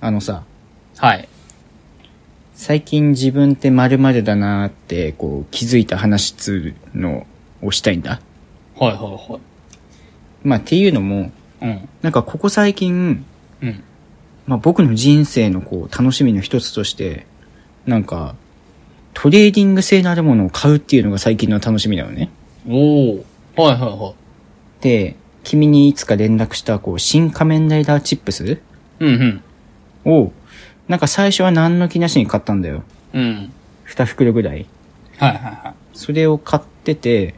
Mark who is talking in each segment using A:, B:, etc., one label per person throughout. A: あのさ、
B: はい。
A: 最近自分って〇〇だなーって、こう、気づいた話っつうのをしたいんだ。
B: はいは
A: まあ、っていうのも、
B: いはい。うん。
A: なんかここ最近、
B: うん。
A: まあ僕の人生のこう、楽しみの一つとして、なんか、トレーディング性のあるものを買うっていうのが最近の楽しみなのね。
B: おお。はいはいは
A: で、君にいつか連絡した、こう、新仮面ライダーチップス
B: い。うん
A: を、なんか最初は何の気なしに買ったんだよ。
B: うん。うん。
A: 二袋ぐらい。
B: はいはいは
A: それを買ってて、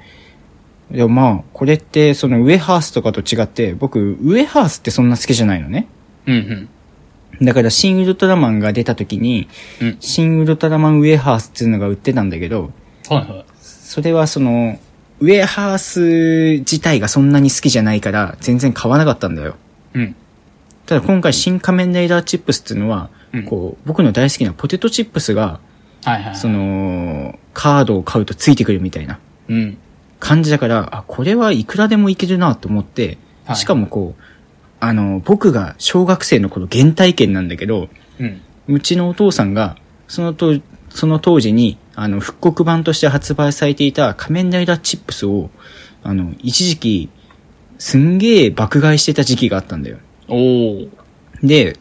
A: でもまあ、これって、そのウエハースとかと違って、僕、ウエハースってそんな好きじゃないのね。
B: い。うん
A: だから、新ウルトラマンが出た時に、
B: うん。うん。
A: 新ウルトラマンウエハースっていうのが売ってたんだけど、
B: はいはい。
A: それはその、ウエハース自体がそんなに好きじゃないから、全然買わなかったんだよ。
B: うん。
A: ただ今回、新仮面ライダーチップスっていうのは、
B: うん
A: こう、僕の大好きなポテトチップスが、
B: はいはい。
A: そ。の、カードを買うとついてくるみたいな。
B: うん。
A: 感じだから、あ、これはいくらでもいけるなと思って、
B: はい
A: しかもこう、あの、僕が小学生の頃原体験なんだけど、
B: うん。
A: うちのお父さんが、そのと、その当時に、あの、復刻版として発売されていた仮面ライダーチップスを、あの、一時期、すんげえ爆買いしてた時期があったんだよ。
B: おお。
A: で、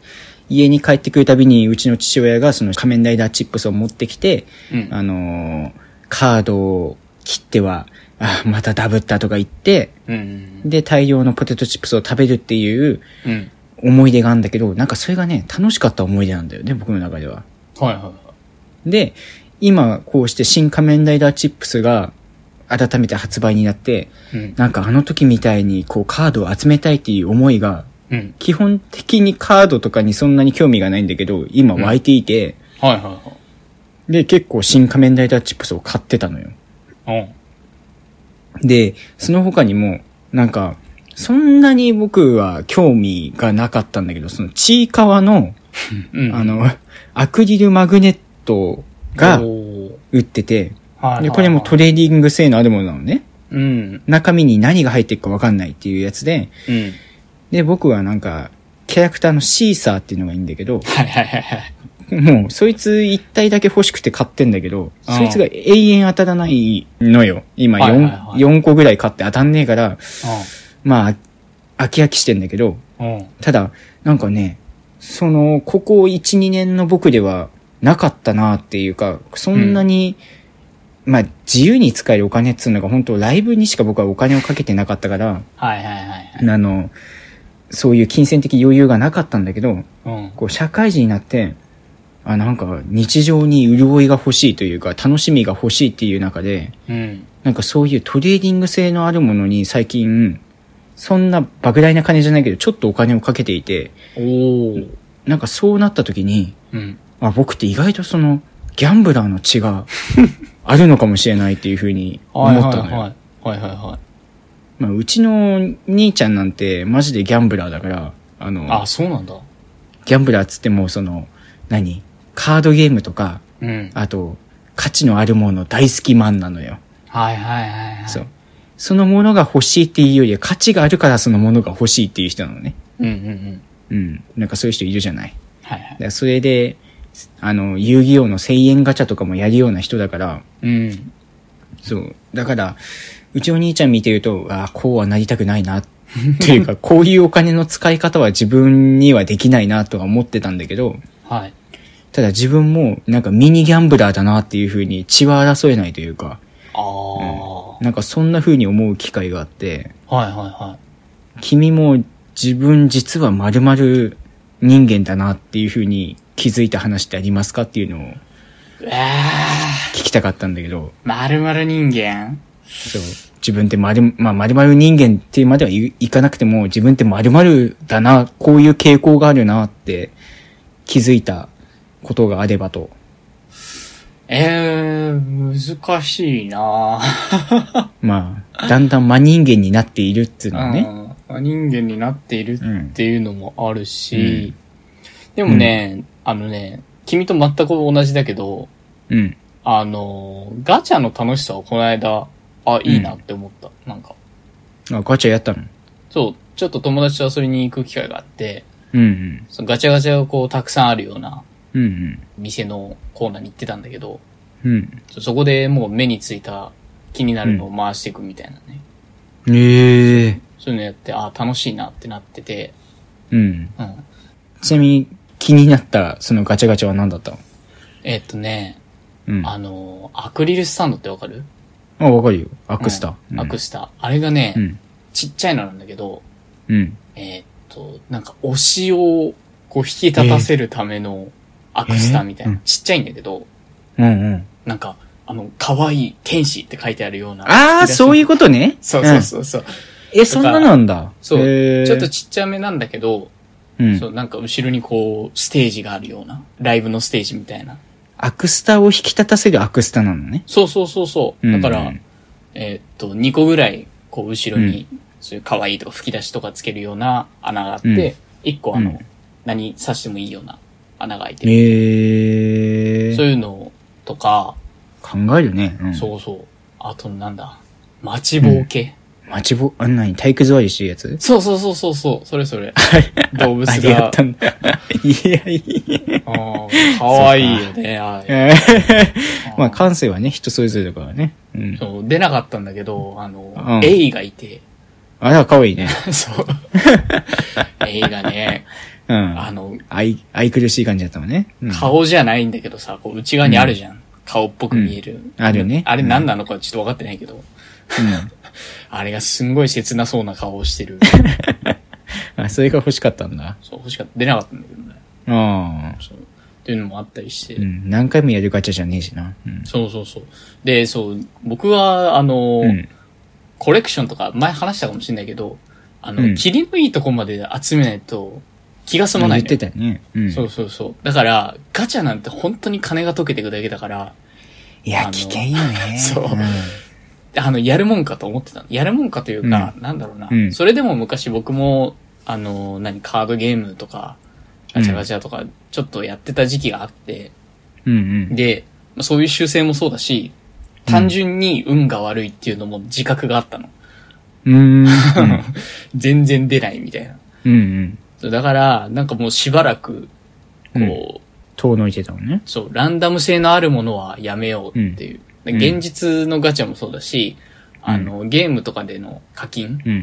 A: 家に帰ってくるたびに、うちの父親がその仮面ライダーチップスを持ってきて、
B: うん。
A: あのーカードを切っては、あ、またダブったとか言って、
B: うん。
A: で、大量のポテトチップスを食べるっていう
B: うん。
A: 思い出があるんだけど、なんかそれがね、楽しかった思い出なんだよね、僕の中では。
B: はいはいはい。
A: で、今、こうして新仮面ライダーチップスが、改めて発売になって、
B: うん。
A: なんかあの時みたいに、こう、カードを集めたいっていう思いが、
B: うん。
A: 基本的にカードとかにそんなに興味がないんだけど、今湧いていて、
B: はいは
A: で、結構新仮面ライダーチップスを買ってたのよ。
B: いはい。
A: で、その他にも、なんか、そんなに僕は興味がなかったんだけど、その、ちいかわの、
B: うん。うん。
A: あの、アクリルマグネットが
B: おー
A: 売ってて、
B: はいはいはい。
A: で、これもトレーディング性のあるものなのね。
B: うん。
A: 中身に何が入ってるかわかんないっていうやつで、
B: うん。
A: で、僕はなんか、キャラクターのシーサーっていうのがいいんだけど、
B: はいはいはいはい。
A: もう、そいつ一体だけ欲しくて買ってんだけど、
B: うん
A: そいつが永遠当たらないのよ。今
B: はいはい
A: 4,
B: はい
A: 4個ぐらい買って当たんねえから、まあ、飽き飽きしてんだけど、
B: うん。うん。
A: ただ、なんかね、その、ここ1、2年の僕ではなかったなっていうか、そんなに、まあ、自由に使えるお金っつうのが本当ライブにしか僕はお金をかけてなかったから、
B: はいはいはい
A: あの、そういう金銭的余裕がなかったんだけど、
B: はい。うん。
A: こう、社会人になって、あ、なんか、日常に潤いが欲しいというか、楽しみが欲しいっていう中で、
B: うん。
A: なんかそういうトレーディング性のあるものに最近、そんな莫大な金じゃないけど、ちょっとお金をかけていて、
B: おお。
A: なんかそうなった時に、
B: うん。
A: あ、僕って意外とその、ギャンブラーの血 があるのかもしれないっていうふうに
B: はい
A: 思
B: は
A: っ
B: い
A: たのよ。
B: はい。はいはいは
A: まあ、うちの兄ちゃんなんてマジでギャンブラーだから、あ
B: い。
A: の、
B: あ、そうなんだ。
A: ギャンブラーっつってもその、何カードゲームとか、
B: うん。
A: あと、価値のあるもの大好きマンなのよ。
B: はいはいはいはい。
A: そう。。そのものが欲しいっていうよりは価値があるからそのものが欲しいっていう人なのね。
B: うんうんうん。
A: うん。なんかそういう人いるじゃない。
B: はいは
A: だ
B: い。
A: からそれで、あの、遊戯王の1000円ガチャとかもやるような人だから、
B: うん。
A: そう。だから、うちお兄ちゃん見てると、ああ、こうはなりたくないな。っていうか、 こういうお金の使い方は自分にはできないなとは思ってたんだけど、
B: はい。
A: ただ自分もなんかミニギャンブラーだなっていう風に血は争えないというか、
B: ああ。
A: なんかそんな風に思う機会があって、
B: はいはいは
A: 君も自分実は〇〇人間だなっていう風に気づいた話ってありますかっていうのを
B: い。ええ
A: 聞きたかったんだけど、
B: まるまる人間
A: そう。自分って丸、まあ、丸々人間ってまではい、いかなくても、自分って丸々だな、こういう傾向があるなって気づいたことがあればと。
B: ええ難しいな
A: まあ、だんだん真人間になっているっていうのはね。
B: うん人間になっているっていうのもあるし、でもね、あのね、君と全く同じだけど、
A: うん。
B: あの、ガチャの楽しさをこの間、あ、いいなって思った。なんか、
A: あ、ガチャやったの
B: そう、ちょっと友達と遊びに行く機会があって、
A: うん
B: そのガチャガチャがこうたくさんあるような
A: うん。うん
B: 店のコーナーに行ってたんだけど、
A: うん。
B: そそこでもう目についた気になるのを回していくみたいなね。
A: うん。ええ
B: そういうのやって、あ楽しいなってなってて、
A: うん。
B: うん。
A: ちなみに気になったそのガチャガチャは何だったの
B: えっとね、
A: うん。
B: あ
A: あ、
B: の、アクリルスタンドってわかる
A: わかるよ。アクスタ。
B: うんアク
A: ス
B: スタ。あれがね、
A: うん。
B: ちっちゃいのなんだけど、
A: うん。
B: えっと、なんか推しをこう引き立たせるためのアクスタみたいな。
A: えーうん
B: ちっちゃいんだけど、
A: うんうん。
B: なんか、あの、可愛い天使って書いてあるような。。
A: ああ、そういううことね。
B: そうそうそうそう。
A: うん。え、そんななんだ。
B: そう
A: へー
B: ちょっと、ちっちゃめなんだけど、
A: うん
B: そ。う、なんか後ろにこう、ステージがあるような、ライブのステージみたいな。
A: アクスタを引き立たせるアクスタなのね。
B: そうそうそうそう。
A: う
B: だ
A: ん
B: から、
A: うん
B: えーっと、2個ぐらい、こう、後ろに、そういう可愛いとか吹き出しとかつけるような穴があっ
A: うん
B: て、一1個あの、
A: うん
B: 何刺してもいいような穴が開いてる。
A: ええ
B: そういうのとか、
A: 考えるね。うん。
B: そうそう。あと、なんだ、待ちぼうけ。
A: 待ちぼ、あんなに体育座りしてるやつ
B: そうそうそうそうそう、それそれ。動 物
A: あれや
B: が
A: っ。たんだ。いやいや。
B: あー可愛いよね、あれ
A: まあ、感性はね、人それぞれだからね。うん。
B: そう出なかったんだけど、あ
A: う
B: の
A: ん、
B: エイがいて、
A: あら、かわいいね。
B: そう。エイがね、
A: うん。
B: あの、
A: 愛、愛くるしい感じだったもんね。うん、
B: 顔じゃないんだけどさ、こう内側にあるじゃん。顔っぽく見える。
A: あるね
B: あれ何なのかちょっと分かってないけど、
A: う
B: あれがすんごい切なそうな顔をしてる。
A: ん。あ、それが欲しかったんだ。
B: そう、欲しかった。出なかったんだけどね。
A: ああ。
B: そう。っていうのもあったりして。
A: うん。何回もやるガチャじゃねえしな。うん。
B: そうそうそう。で、そう、僕は、あの、
A: うん。
B: コレクションとか前話したかもしれないけど、あの、
A: うん
B: 霧のいいとこまで集めないと気が済まな
A: 言
B: い
A: っ
B: のよ、
A: てたよね。うん。
B: そうそうそう。だから、ガチャなんて本当に金が溶けていくだけだから、
A: い
B: あの
A: や、危険よね。
B: そうんあの、やるもんかと思ってた。やるもんかというか、なんだろうな、
A: うん
B: それでも昔僕も、あの、何、カードゲームとか、ガチャガチャとか、ちょっとやってた時期があって、
A: うんうん。
B: で、まあそういう習性もそうだし、単純に運が悪いっていうのも自覚があったの。
A: うーん。
B: 全然出ないみたいな。
A: うんうん。
B: そうだから、なんかもうしばらく、こう、
A: うん遠のいてたもんね。
B: そう、ランダム性のあるものはやめようっていう。
A: ん
B: で現実のガチャもそうだし、
A: ん
B: あの、ゲームとかでの課金
A: うん。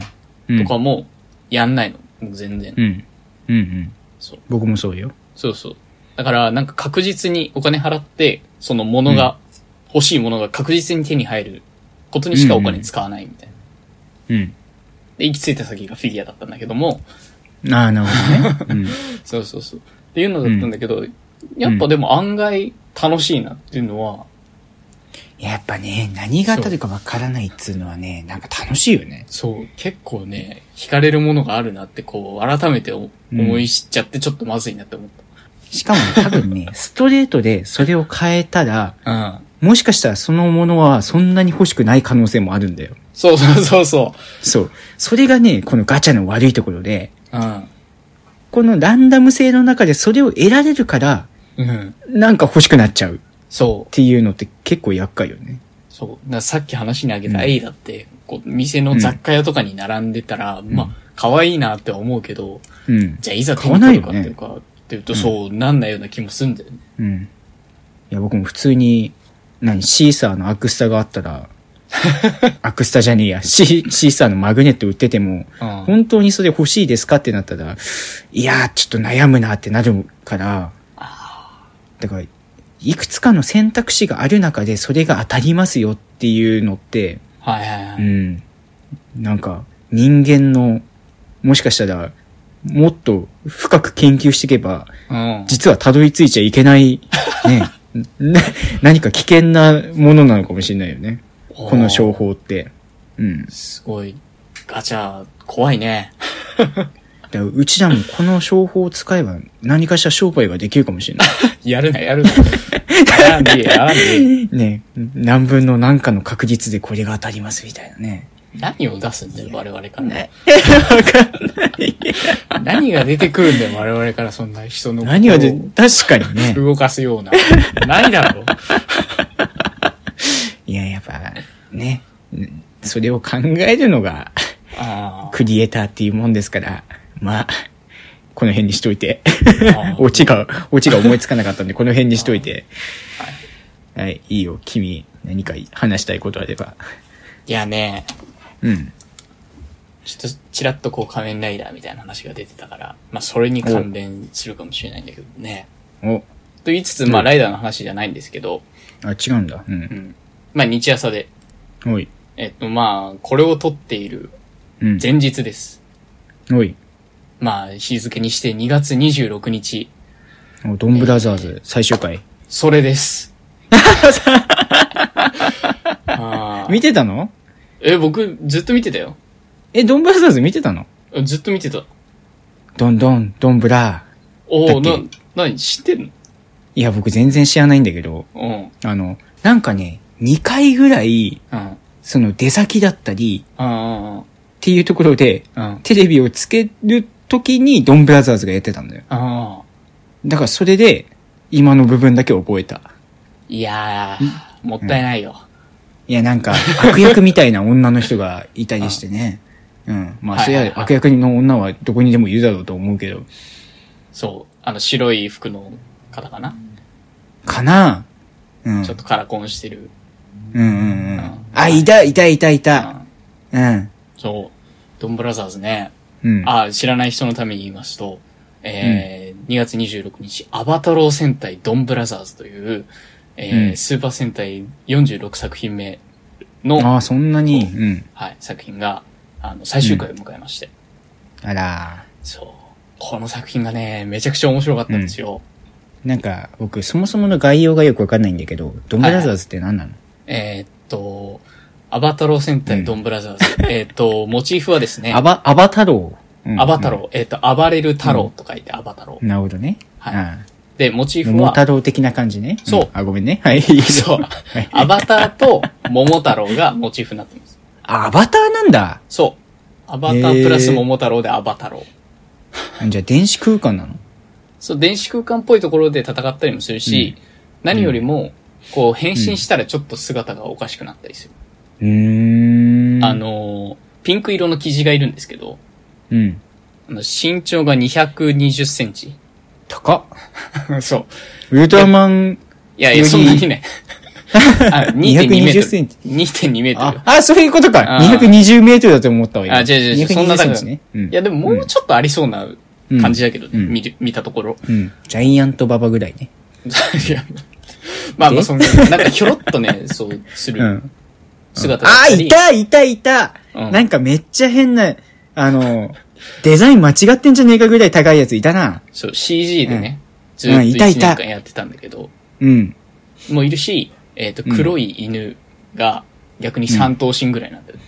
A: うん
B: とかもやんないの。もう全然。
A: うん。うんうん。
B: そう。
A: 僕もそうよ。
B: そうそう。だから、なんか確実にお金払って、そのものが、欲しいものが確実に手に入ることにしかお金使わないみたいな。
A: うん。
B: で、行き着いた先がフィギュアだったんだけども、
A: ああ、なるほど ね。
B: そうそうそう。っていうのだったんだけど、やっぱでも案外楽しいなっていうのは、
A: うん。やっぱね、何が当たるかわからないっつうのはね、なんか楽しいよね。
B: そう、結構ね、惹かれるものがあるなって、こう、改めてお
A: うん
B: 思い知っちゃって、ちょっとまずいなって思っ
A: しかもね多分ね、 ストレートでそれを変えたら、
B: た。うん。
A: もしかしたらそのものはそんなに欲しくない可能性もあるんだよ。
B: そうそうそうそ
A: そう。それがね、このガチャの悪いところで、
B: う。うん。
A: このランダム性の中でそれを得られるから、
B: うん。
A: なんか欲しくなっちゃうっ
B: そう。
A: ていうのって結構厄介よね。
B: そう。だからさっき話にあげ
A: う
B: た
A: ん
B: A だって、こう、店の雑貨屋とかに並んでたら、まあ、可愛いなって思うけど、
A: うん。
B: じゃあいざ手
A: 買
B: に
A: わない
B: 取る
A: よ
B: か
A: ね
B: っていうか、っていうと、そう、なんないような気もするんだよね。
A: うん。いや、僕も普通に、何、シーサーのアクスタがあった ら、アクスタじゃねえや、シーシーサーのマグネット売ってても、
B: うん。
A: 本当にそれ欲しいですかってなったら、いやー、ちょっと悩むなってなるから、だから、いくつかの選択肢がある中でそれが当たりますよっていうのって、
B: はいはいは
A: う
B: い。
A: ん。なんか、人間の、もしかしたら、もっと深く研究していけば、
B: うん。
A: 実はたどり着いちゃいけない、ね、な何か危険なものなのかもしれないよね。この商法って。うん。
B: すごい、ガチャ、怖いね。
A: だからうちらもこの商法を使えば何かしら商売ができるかもしれない。
B: やるな、やる な。やらんで、やらんで。
A: ね何分の何かの確率でこれが当たりますみたいなね。
B: 何を出すんだよ、我々から。 何が出てくるんだよ、我々からそんな人の。
A: 何はで、確かにね。
B: 動かすような。 ないだろう。
A: いや、やっぱ、ね。うんそれを考えるのが、
B: ああ。
A: クリエイターっていうもんですから、まあ、この辺にしといて。
B: あー
A: オチが、オチが思いつかなかったんで、この辺にしといて。はい、いいよ、君、何か話したいことあれば。
B: いやね、
A: うん。
B: ちょっとちらっとこう仮面ライダーみたいな話が出てたから、まあそれに関連するかもしれないんだけどね。
A: お、
B: と言いつつ、まあライダーの話じゃないんですけど、
A: あ、違うんだ。う。
B: うんん。まあ日朝で、
A: おい。
B: えっとまあ、これを撮っている
A: うん。
B: 前日です。
A: おい。
B: まあ日付にして2月26日、
A: おドンブラザーズ、最終回。
B: それです。あー
A: 見てたの
B: え、僕ずっと見てたよ。
A: え、ドンブラザーズ見てたの
B: ずっと見てた。
A: ドンドン、ドンブラ
B: おお
A: だっ
B: な、なに知ってん
A: いや、僕全然知らないんだけど、
B: の
A: あの、なんかね、2回ぐらい、
B: うん。うん。
A: その出先だったり、
B: あ
A: っていうところで、
B: あ、うん。
A: テレビをつける時にドンブラザーズがやってたんだよ。
B: ああ。
A: だからそれで、今の部分だけ覚えた。
B: いやー、もったいないよ。
A: いや、 なんか、悪役みたいな女の人がいたりしてね。うん。まあ、そり
B: はいはい
A: ゃ
B: はい
A: 悪役の女はどこにでもいるだろうと思うけど。
B: そう。あの、白い服の方かな、
A: かなうん。
B: ちょっとカラコンしてる。
A: うんうんう
B: うんん。
A: あ、いた、いた、いた、いうた。
B: ん。
A: うん。
B: そう。ドンブラザーズね。
A: うん。
B: あ、知らない人のために言いますと、えー2月26日、アバタロー戦隊ドンブラザーズという、えー
A: うん
B: スーパー戦隊46作品目の、
A: ああ、そんなに。うん。
B: はい、作品が、あの、最終回を迎えまして。
A: あら。
B: そう。この作品がね、めちゃくちゃ面白かったんですよ。
A: なんか、僕、そもそもの概要がよくわかんないんだけど、ドンブラザーズって何なの
B: えーっと、アバタロー戦隊ドンブラザーズ。 えーっと、モチーフはですね、
A: アバ、アバタロー。うん
B: アバタロー、えーっと、暴れる太郎と書いてアバタロー。
A: なるほどね。
B: はい
A: あ
B: で、モチー
A: あ。
B: フ
A: 桃
B: は、
A: 太郎的な感じね。
B: そうん
A: あ、ごめんね。はい。
B: そう、アバターと桃太郎がモチーフになってます。
A: あアバターなんだ。
B: そう。アバタープラス桃太郎でアバタロー。
A: あじゃあ、電子空間なの
B: そう、電子空間っぽいところで戦ったりもするし、何よりも、こう、変身したらちょっと姿がおかしくなったりする。
A: うーん。
B: あ、のー、ピンク色の生地がいるんですけど、
A: うん。
B: あの身長が220センチ。
A: 高っ。
B: そう。
A: ウルトラマン、
B: いや
A: よ
B: いや、
A: り
B: そんな にね。あ、2.2メー
A: 220
B: トル。
A: センチ
B: 2.2メートル
A: あ。、あ、そういうことか。
B: あー
A: 220メートルだと思ったわ今
B: あ違う違う違うそんな
A: 220
B: だ
A: セ
B: か
A: ン
B: ら
A: チね。うん
B: いや、でももうちょっとありそうな感じだけど、
A: うん
B: 見る見たところ。
A: うん。ジャイアントババぐらいね。
B: いやまあまあ、
A: え
B: そんな、なんかひょろっとね、そう、す
A: う
B: る
A: ん。
B: 姿だっ
A: あ
B: た
A: ー、
B: り。
A: いたいたいた、
B: うん
A: なんかめっちゃ変な、あの、デザイン間違ってんじゃねえかぐらい高いやついたな。
B: そう、CG でね、ずっ
A: う
B: と
A: ん
B: 1
A: いたい
B: 年
A: た
B: 間やってたんだけど、
A: うん。
B: もういるし、えっと、
A: うん
B: 黒い犬が逆に3頭身ぐらいなんだよね。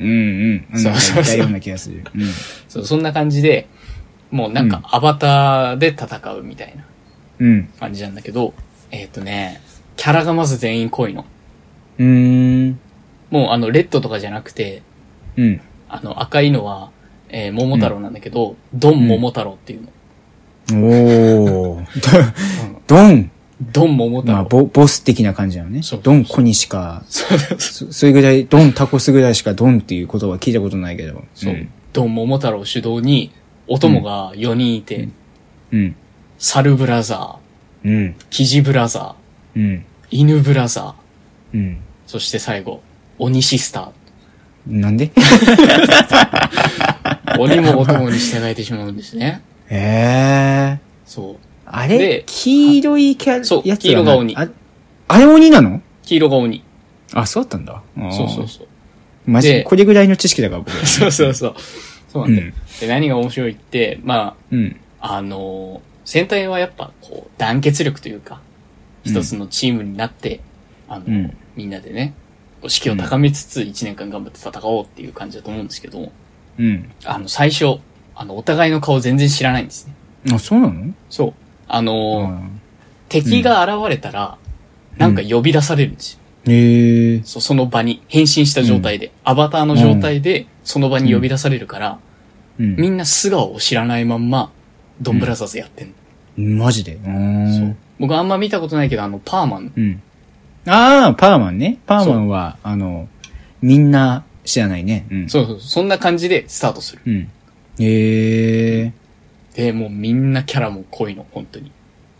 A: うんうん。うん
B: そうそうそう
A: いたような気がする。うん。
B: そう、そんな感じで、もうなん
A: う
B: かアバターで戦うみたいな
A: うん。
B: 感じなんだけど、えっとね、キャラがまず全員濃いの。
A: うーん。
B: もうあの、レッドとかじゃなくて、
A: うん。
B: あの、赤いのは、えー桃太郎なんだけど、ドン桃太郎っていうの。
A: おー。ドン。
B: ドン桃太
A: まあ、
B: 郎。
A: ボボス的な感じなのね
B: そう。
A: ドンコにしか、
B: そうそうそう
A: そ それぐらい、ドンタコスぐらいしかドンっていうことは聞いたことないけど。
B: そう、
A: ん
B: ドン桃太郎主導に、お供が4人いて、
A: うん。
B: サルブラザ
A: うん。
B: ー、キジブラザ
A: うん。
B: ー、犬ブラザー、
A: うん。
B: そして最後、鬼シスタ
A: なんで
B: ー。鬼もお供に従えてしまうんです ね。
A: へえー。
B: そう。
A: あ
B: で
A: れ黄色いキャラ、
B: そう
A: やつ
B: 黄色が鬼
A: ああれ鬼なの
B: 黄色が鬼。
A: あ、そうだったんだ。あー
B: そうそう。そう。
A: マジ
B: で
A: これぐらいの知識だから、僕。
B: そうそうそう。そうなんだよ、
A: うん
B: で、何が面白いって、ま
A: うん。
B: あ、あのー戦隊はやっぱ、こう、団結力というか、
A: うん
B: 一つのチームになって、あの、
A: うん
B: みんなでね、こう士気を高めつつ1年間頑張って戦おうっていう感じだと思うんですけど、
A: うん。
B: あの、最初、あの、お互いの顔全然知らないんですね。
A: あ、そうなの
B: そう。あのー
A: うん
B: 敵が現れたら、なんか呼び出されるんですよ。
A: へえ。
B: そその場に、変身した状態で、アバターの状態で、その場に呼び出されるから、
A: う
B: み
A: ん。
B: んな素顔を知らないまんま、ドンブラザーズやってんの。
A: マジで。うー
B: そ
A: ん
B: う。僕あんま見たことないけど、あの、パーマン。
A: うん。ああ、パーマンね。パーマンは、あの、みんな知らないね。うん。
B: そうそう、そんな感じでスタートする。
A: うん。へえ。
B: で、もうみんなキャラも濃いの、本当に。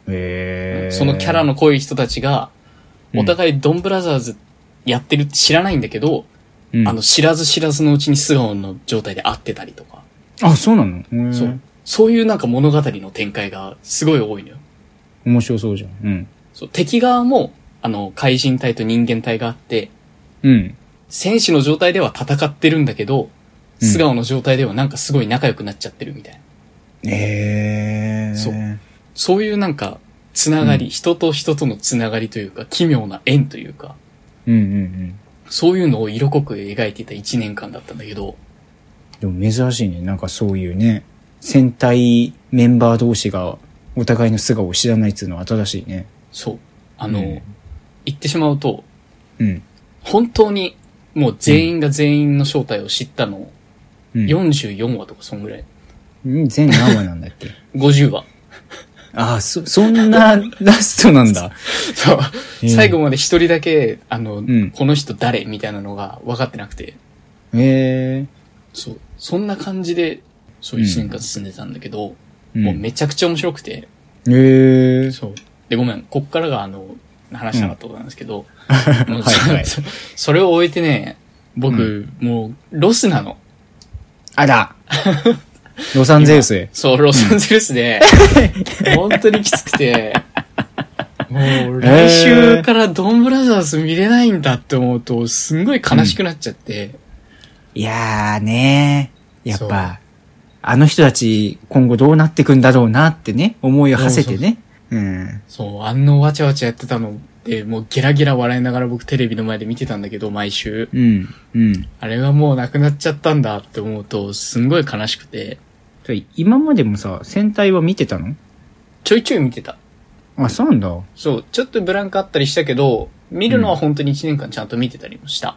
A: へえ。
B: そのキャラの濃い人たちが、お互いドンブラザーズやってるって知らないんだけど、
A: うん、
B: あの、知らず知らずのうちに素顔の状態で会ってたりとか、
A: あ、そうなのへえ
B: そう。そういうなんか物語の展開がすごい多いのよ。
A: 面白そうじゃん。うん。
B: そう敵側も、あの、怪人隊と人間隊があって、
A: うん。
B: 戦士の状態では戦ってるんだけど、
A: うん
B: 素顔の状態ではなんかすごい仲良くなっちゃってるみたいな。
A: へえ。
B: そうそういうなんか、つながり、人と人とのつながりというか、奇妙な縁というか、
A: うんうんうん。
B: そういうのを色濃く描いていた一年間だったんだけど、
A: でも珍しいね。なんかそういうね、戦隊メンバー同士がお互いの素顔を知らないっていうのは新しいね。
B: そう。あの、
A: うん
B: 言ってしまうと、
A: うん。
B: 本当にもう全員が全員の正体を知ったの、
A: うん、
B: 44話とかそんぐらい。
A: ん全何話なんだっけ
B: 50話。
A: ああ、そ、そん なラストなんだ。
B: そう。
A: えー
B: 最後まで一人だけ、あの、
A: ん
B: この人誰みたいなのが分かってなくて、
A: へえ。
B: そう。そんな感じで、そう
A: うん
B: 一年間進んでたんだけど、
A: うん
B: もうめちゃくちゃ面白くて、
A: へえ。
B: そう。で、ごめん。こっからがあの、話しなかったことなんですけど、もう
A: はいはい
B: そそれを終えてね、僕、もう、ロスなの。
A: あら。 ロサンゼルスへ。
B: そう、ロサンゼルス で、本当にきつくて、もう来週からドンブラザーズ見れないんだって思うと、すんごい悲しくなっちゃって、
A: いやーねやっぱ、あの人たち今後どうなってくんだろうなってね、思いを馳せてね。うん。
B: そう、あんのわちゃわちゃやってたので、もうゲラゲラ笑いながら僕テレビの前で見てたんだけど、毎週。
A: うん。うん。
B: あれがもうなくなっちゃったんだって思うと、すんごい悲しくて、
A: それ今までもさ、戦隊は見てたの
B: ちょいちょい見てた。
A: あ、そうなんだ。うん
B: そう、ちょっとブランクあったりしたけど、見るのは本当に1年間ちゃんと見てたりもした。。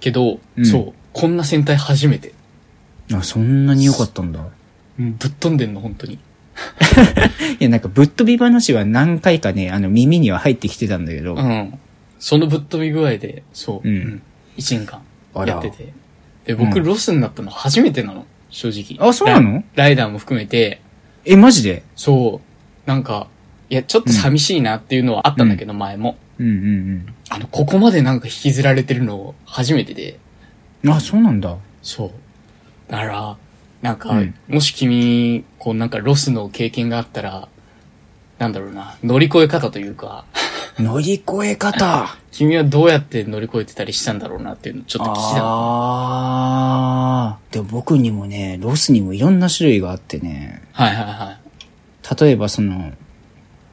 B: けど、
A: うん
B: そう、こんな戦隊初めて。
A: あ、そんなに良かったんだ。
B: うんぶっ飛んでんの、本当に。
A: いや、なんかぶっ飛び話は何回かね、あの耳には入ってきてたんだけど。
B: うん。そのぶっ飛び具合で、そう、
A: うん
B: 1年間
A: あら
B: やってて。で、僕、
A: うん
B: ロスになったの初めてなの、正直。
A: あそうなの
B: ラライダーも含めて、
A: え、マジで
B: そう、なんか、いや、ちょっと寂しいなっていうのはあったんだけど、前も。
A: うんうん
B: あの、ここまでなんか引きずられてるの初めてで、
A: うん。あ、そうなんだ。
B: そう。だから、なんか、
A: うん
B: もし君、こうなんかロスの経験があったら、なんだろうな、乗り越え方というか、
A: 乗り越え方
B: 君はどうやって乗り越えてたりしたんだろうなっていうのをちょっと聞きたかっ
A: あー。でも僕にもね、ロスにもいろんな種類があってね。
B: た。はいはいはい。
A: 例えばその、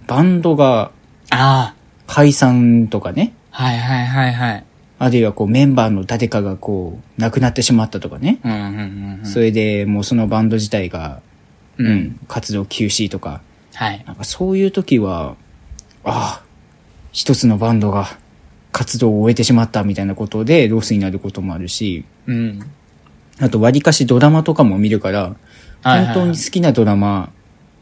A: バンドが
B: あ
A: 解散とかね。
B: あ、はいはいはいはい。
A: あるいはこうメンバーの誰かがこう、亡くなってしまったとかね。
B: うんうんうんうん。
A: それでもうそのバンド自体が、
B: うん
A: うん、活動休止とか。
B: はい。
A: なんかそういう時は、ああ、一つのバンドが活動を終えてしまったみたいなことでロスになることもあるし、
B: うん。
A: あと割かしドラマとかも見るから、
B: はいはいは
A: 本
B: い
A: 当に好きなドラマ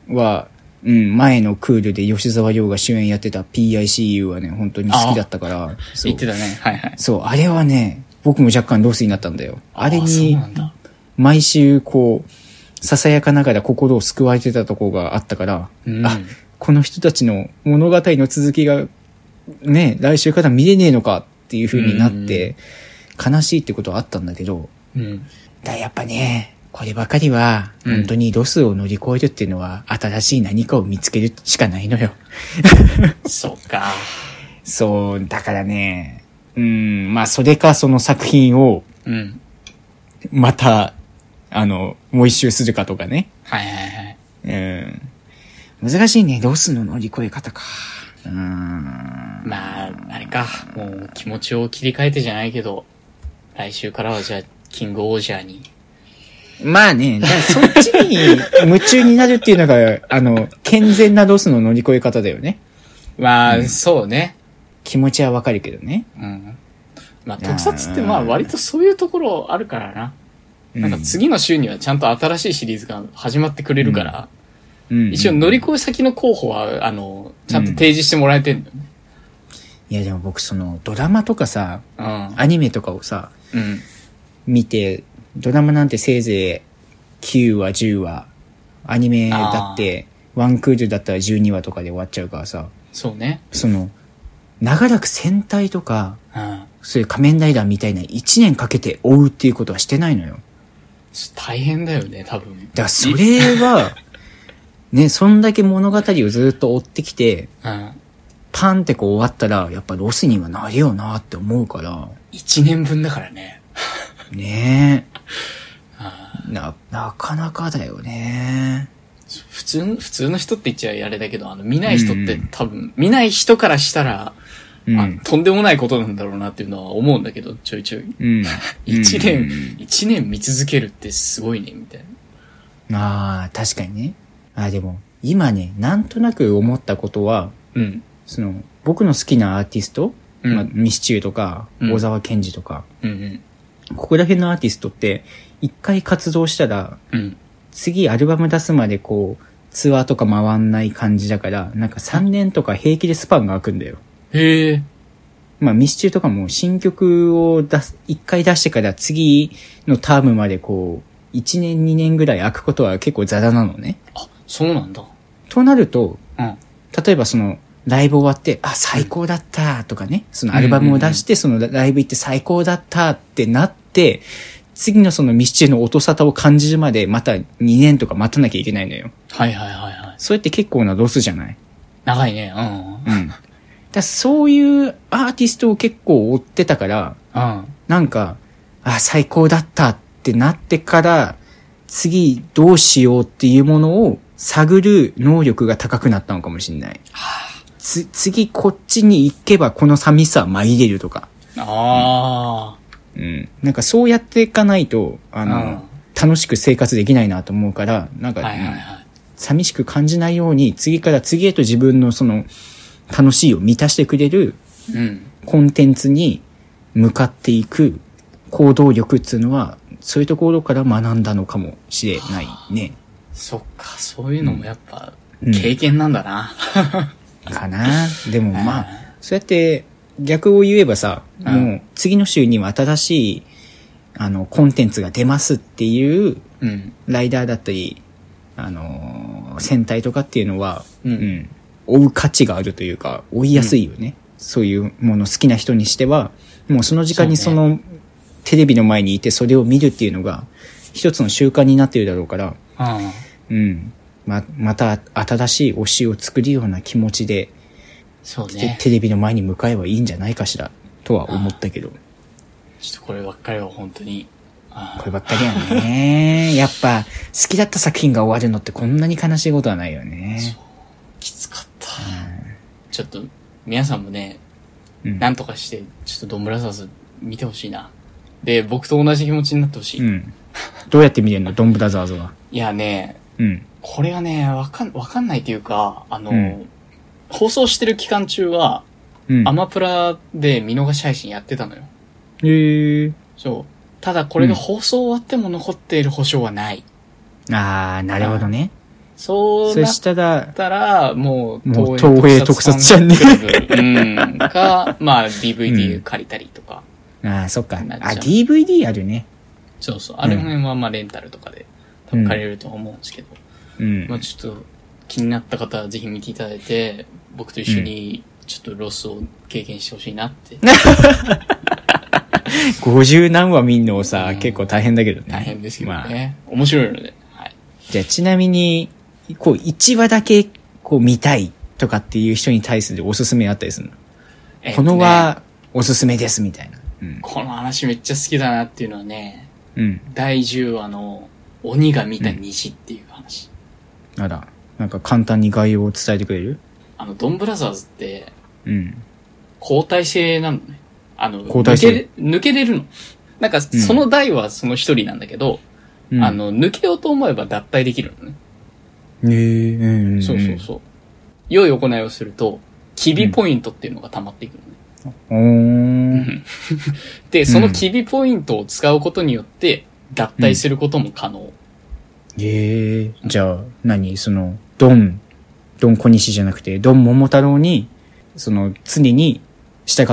A: は、うん、前のクールで吉沢亮が主演やってた PICU はね、本当に好きだったから、そう
B: 言ってたね。はいはい。
A: そう、あれはね、僕も若干ロスになったんだよ。あれ
B: ーそう
A: に
B: な、んだ。
A: 毎週こう、ささやかながら心を救われてたとこがあったから、
B: うん。
A: あこの人たちの物語の続きが、ね、来週から見れねえのかっていう風になって、悲しいってことはあったんだけど、
B: うん。
A: だやっぱね、こればかりは、
B: うん
A: 本当にロスを乗り越えるっていうのは、新しい何かを見つけるしかないのよ。
B: そうか。
A: そう、だからね、うん、まあ、それかその作品を、
B: うん。
A: また、あの、もう一周するかとかね。
B: はいはいはい。
A: うん。難しいね、ロスの乗り越え方か。うん。
B: まあ、あれか。もう気持ちを切り替えてじゃないけど、来週からはじゃあ、キングオージャーに。
A: まあね、だからそっち に夢中になるっていうのが、あの、健全なロスの乗り越え方だよね。
B: まあ、そうね。
A: 気持ちはわかるけどね。
B: うん。まあ、
A: いやー
B: 特撮ってまあ割とそういうところあるからな。
A: うん
B: なんか次の週にはちゃんと新しいシリーズが始まってくれるから、
A: うん
B: 一応乗り越え先の候補は、あの、ちゃんと提示してもらえてんだよね。
A: いやでも僕その、ドラマとかさ、
B: うん。
A: アニメとかをさ、
B: うん。
A: 見て、ドラマなんてせいぜい9話、10話、アニメだって、ワンクールだったら12話とかで終わっちゃうからさ、
B: そうね。
A: その、長らく戦隊とか、
B: うん。
A: そういう仮面ライダーみたいな1年かけて追うっていうことはしてないのよ。
B: 大変だよね、多分。
A: だからそれは、ね、そんだけ物語をずっと追ってきて、
B: うん。
A: パンってこう終わったら、やっぱロスにはなれよなって思うから、
B: 一年分だからね。
A: ね
B: あ
A: え。な、なかなかだよね。
B: 普通の、普通の人って言っちゃあれだけど、あの、見ない人って多分、見ない人からしたら、
A: うん
B: あとんでもないことなんだろうなっていうのは思うんだけど、ちょいちょい。
A: うん。
B: 一
A: う
B: 年
A: ん、
B: 一年見続けるってすごいね、みたいな。
A: まあ、確かにね。あ、でも、今ね、なんとなく思ったことは、
B: うん。
A: その、僕の好きなアーティスト、
B: うん
A: まあ、ミスチューとか、
B: うん
A: 小沢健二とか、
B: うん
A: ここら辺のアーティストって、一回活動したら、
B: うん。うん。
A: 次アルバム出すまでこう、ツアーとか回んない感じだから、なんか3年とか平気でスパンが空くんだよ。
B: へえ。
A: まあ、ミスチューとかも新曲を出す、一回出してから次のタームまでこう、1年2年ぐらい空くことは結構ザラなのね。
B: あ、そうなんだ。
A: となると、
B: うん。
A: 例えばその、ライブ終わって、あ、最高だったとかね、そのアルバムを出して、そのライブ行って最高だったってなって、次のそのミスチューの音沙汰を感じるまでまた2年とか待たなきゃいけないのよ。
B: はいはいはいはい。
A: それって結構なロスじゃない
B: 長いね。うん。
A: うん。だからそういうアーティストを結構追ってたから、
B: うん。
A: なんか、あ、最高だったってなってから、次どうしようっていうものを探る能力が高くなったのかもしれない。つ、次こっちに行けばこの寂しさは紛れるとか。
B: あ
A: うん。なんかそうやっていかないと、あの、
B: うん
A: 楽しく生活できないなと思うから、なん
B: あ。
A: か、
B: はいはい
A: うん
B: はい。
A: 寂しく感じないように、次から次へと自分のその、楽しいを満たしてくれる
B: うん。
A: コンテンツに向かっていく行動力っていうのは、そういうところから学んだのかもしれないね。
B: そっか、そういうのもやっぱ
A: うん、
B: 経験なんだな。
A: かな。でもまあ
B: あ、
A: そうやって逆を言えばさ、
B: うん
A: もう次の週には新しい、あの、コンテンツが出ますっていう
B: うん。
A: ライダーだったり、あのー戦隊とかっていうのは、
B: うん
A: ん追う価値があるというか、追いやすいよね。そういうもの好きな人にしては、もうその時間に
B: そ
A: そう
B: ね
A: の、テレビの前にいてそれを見るっていうのが、一つの習慣になっているだろうから、
B: うん。
A: うん。ま、また新しい推しを作るような気持ちで、
B: そう
A: て
B: ね。
A: テレビの前に向かえばいいんじゃないかしら、とは思ったけど。
B: ちょっとこればっかりは本当に。あ
A: こればっかりやね。やっぱ、好きだった作品が終わるのってこんなに悲しいことはないよ ね。
B: きつかった。ちょっと、皆さんもね、
A: うん
B: なんとかして、ちょっとドンブラザーズ見てほしいな。で、僕と同じ気持ちになってほしい。
A: う
B: い
A: ん。どうやって見れるのドンブラザーズは。
B: やね、
A: うん。
B: これがね、わかん、わかんないというか、あの、
A: うん
B: 放送してる期間中は、
A: うん。
B: アマプラで見逃し配信やってたのよ。
A: えー。
B: そう。ただこれが
A: うん
B: 放送終わっても残っている保証はない。
A: あー、なるほどね。
B: そう
A: そ
B: なっ
A: したら、
B: たら、もう、
A: もう東映特撮チャンネ
B: ル。うん。か、まあ、
A: う
B: DVD
A: ん
B: 借りたりとか。
A: あー、そっか。あ、
B: なっちゃう
A: DVD あるね。
B: そうそう。あれ辺はまあ、レンタルとかで、多分借りれると思うんですけど。
A: うん
B: まあ、。ちょっと、気になった方はぜひ見ていただいて、僕と一緒に、ちょっとロスを経験してほしいなって。
A: 50何話見んのをさ、
B: うん
A: 結構大変だけどね。
B: 大変ですけど
A: まあ
B: ね。面白いので。はい。
A: じゃあちなみに、こう、1話だけ、こう、見たいとかっていう人に対するおすすめあったりするの、
B: えっと
A: こ
B: ね
A: の話、おすすめです、みたいな。うん。
B: この話めっちゃ好きだなっていうのはね、
A: うん。
B: 第10話の鬼が見た虹っていう話。
A: あら、なんか簡単に概要を伝えてくれる
B: あの、ドンブラザーズって
A: うん。
B: 交代制なのね。あの、
A: 交代制
B: 抜けれ抜けれるの。なんか、
A: うん
B: その代はその一人なんだけど、
A: うん
B: あ、の、抜けようと思えば脱退できるのね。
A: ねえ、うんん。
B: そうそうそう。良い行いをすると、キビポイントっていうのが溜まっていくのね。
A: う。おー。
B: で、そのキビポイントを使うことによって、脱退することも可能。
A: ええじゃあ、何その、ドン、ドン小西じゃなくて、ドン桃太郎に、その、常に従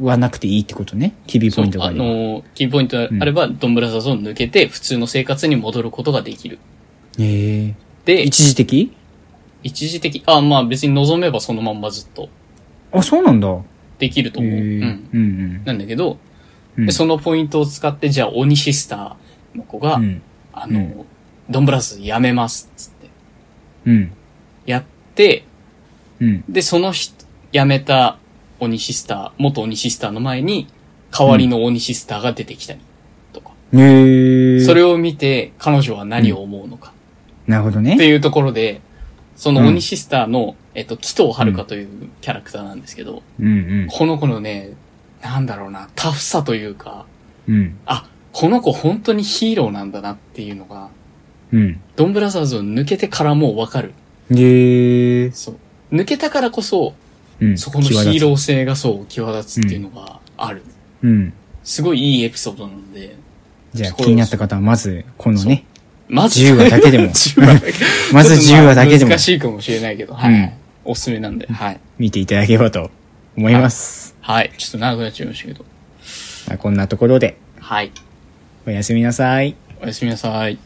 A: わなくていいってことね。キビポイントが
B: そ
A: あ
B: うあ
A: れば。
B: のー、キーポイントがあれば、ドンブラザーズを抜けて、普通の生活に戻ることができる。
A: ええ
B: で、
A: 一時的
B: 一時的、あ、まあ別に望めばそのまんまずっと
A: あ、そうなんだ。
B: できると
A: へ
B: 思う。う
A: ー
B: ん。
A: うんうん
B: なんだけど、
A: うん。
B: でそのポイントを使って、じゃあ鬼シスターの子が、
A: うん。
B: あの、
A: う
B: ドンブラスやめます、つって。
A: うん。
B: やって、
A: うん。
B: で、その人、辞めた鬼シスター、元鬼シスターの前に、代わりの鬼シスターが出てきたり、とか。
A: へえ。
B: それを見て、彼女は何を思うのか。
A: なるほど
B: って
A: ね。
B: いうところで、その
A: うん
B: 鬼シスターの、えっと、紀藤遥というキャラクターなんですけど、
A: うん
B: この子のね、なんだろうな、タフさというか、
A: うん。うん。
B: あ、この子本当にヒーローなんだなっていうのが、
A: うん。
B: ドンブラザーズを抜けてからもうわかる。
A: へえ。
B: そう。抜けたからこそ、
A: うん。
B: そこのヒーロー性がそう、際立つっていうのがある。
A: ー。うん。
B: すごいいいエピソードなので、
A: じゃあ気になった方はまず、このね、
B: まず、
A: 10話だけ でも、
B: 10話だけ。
A: まず10話だけ
B: ち
A: で
B: ょっと
A: も
B: まあ難しいかもしれないけど、はい。
A: うん
B: おすすめなんで、はい。
A: 見ていただければと思います。
B: はい。ちょっと長くなっちゃいましたけど。
A: まあこんなところで、
B: はい。
A: おやすみなさい。
B: おやすみなさい。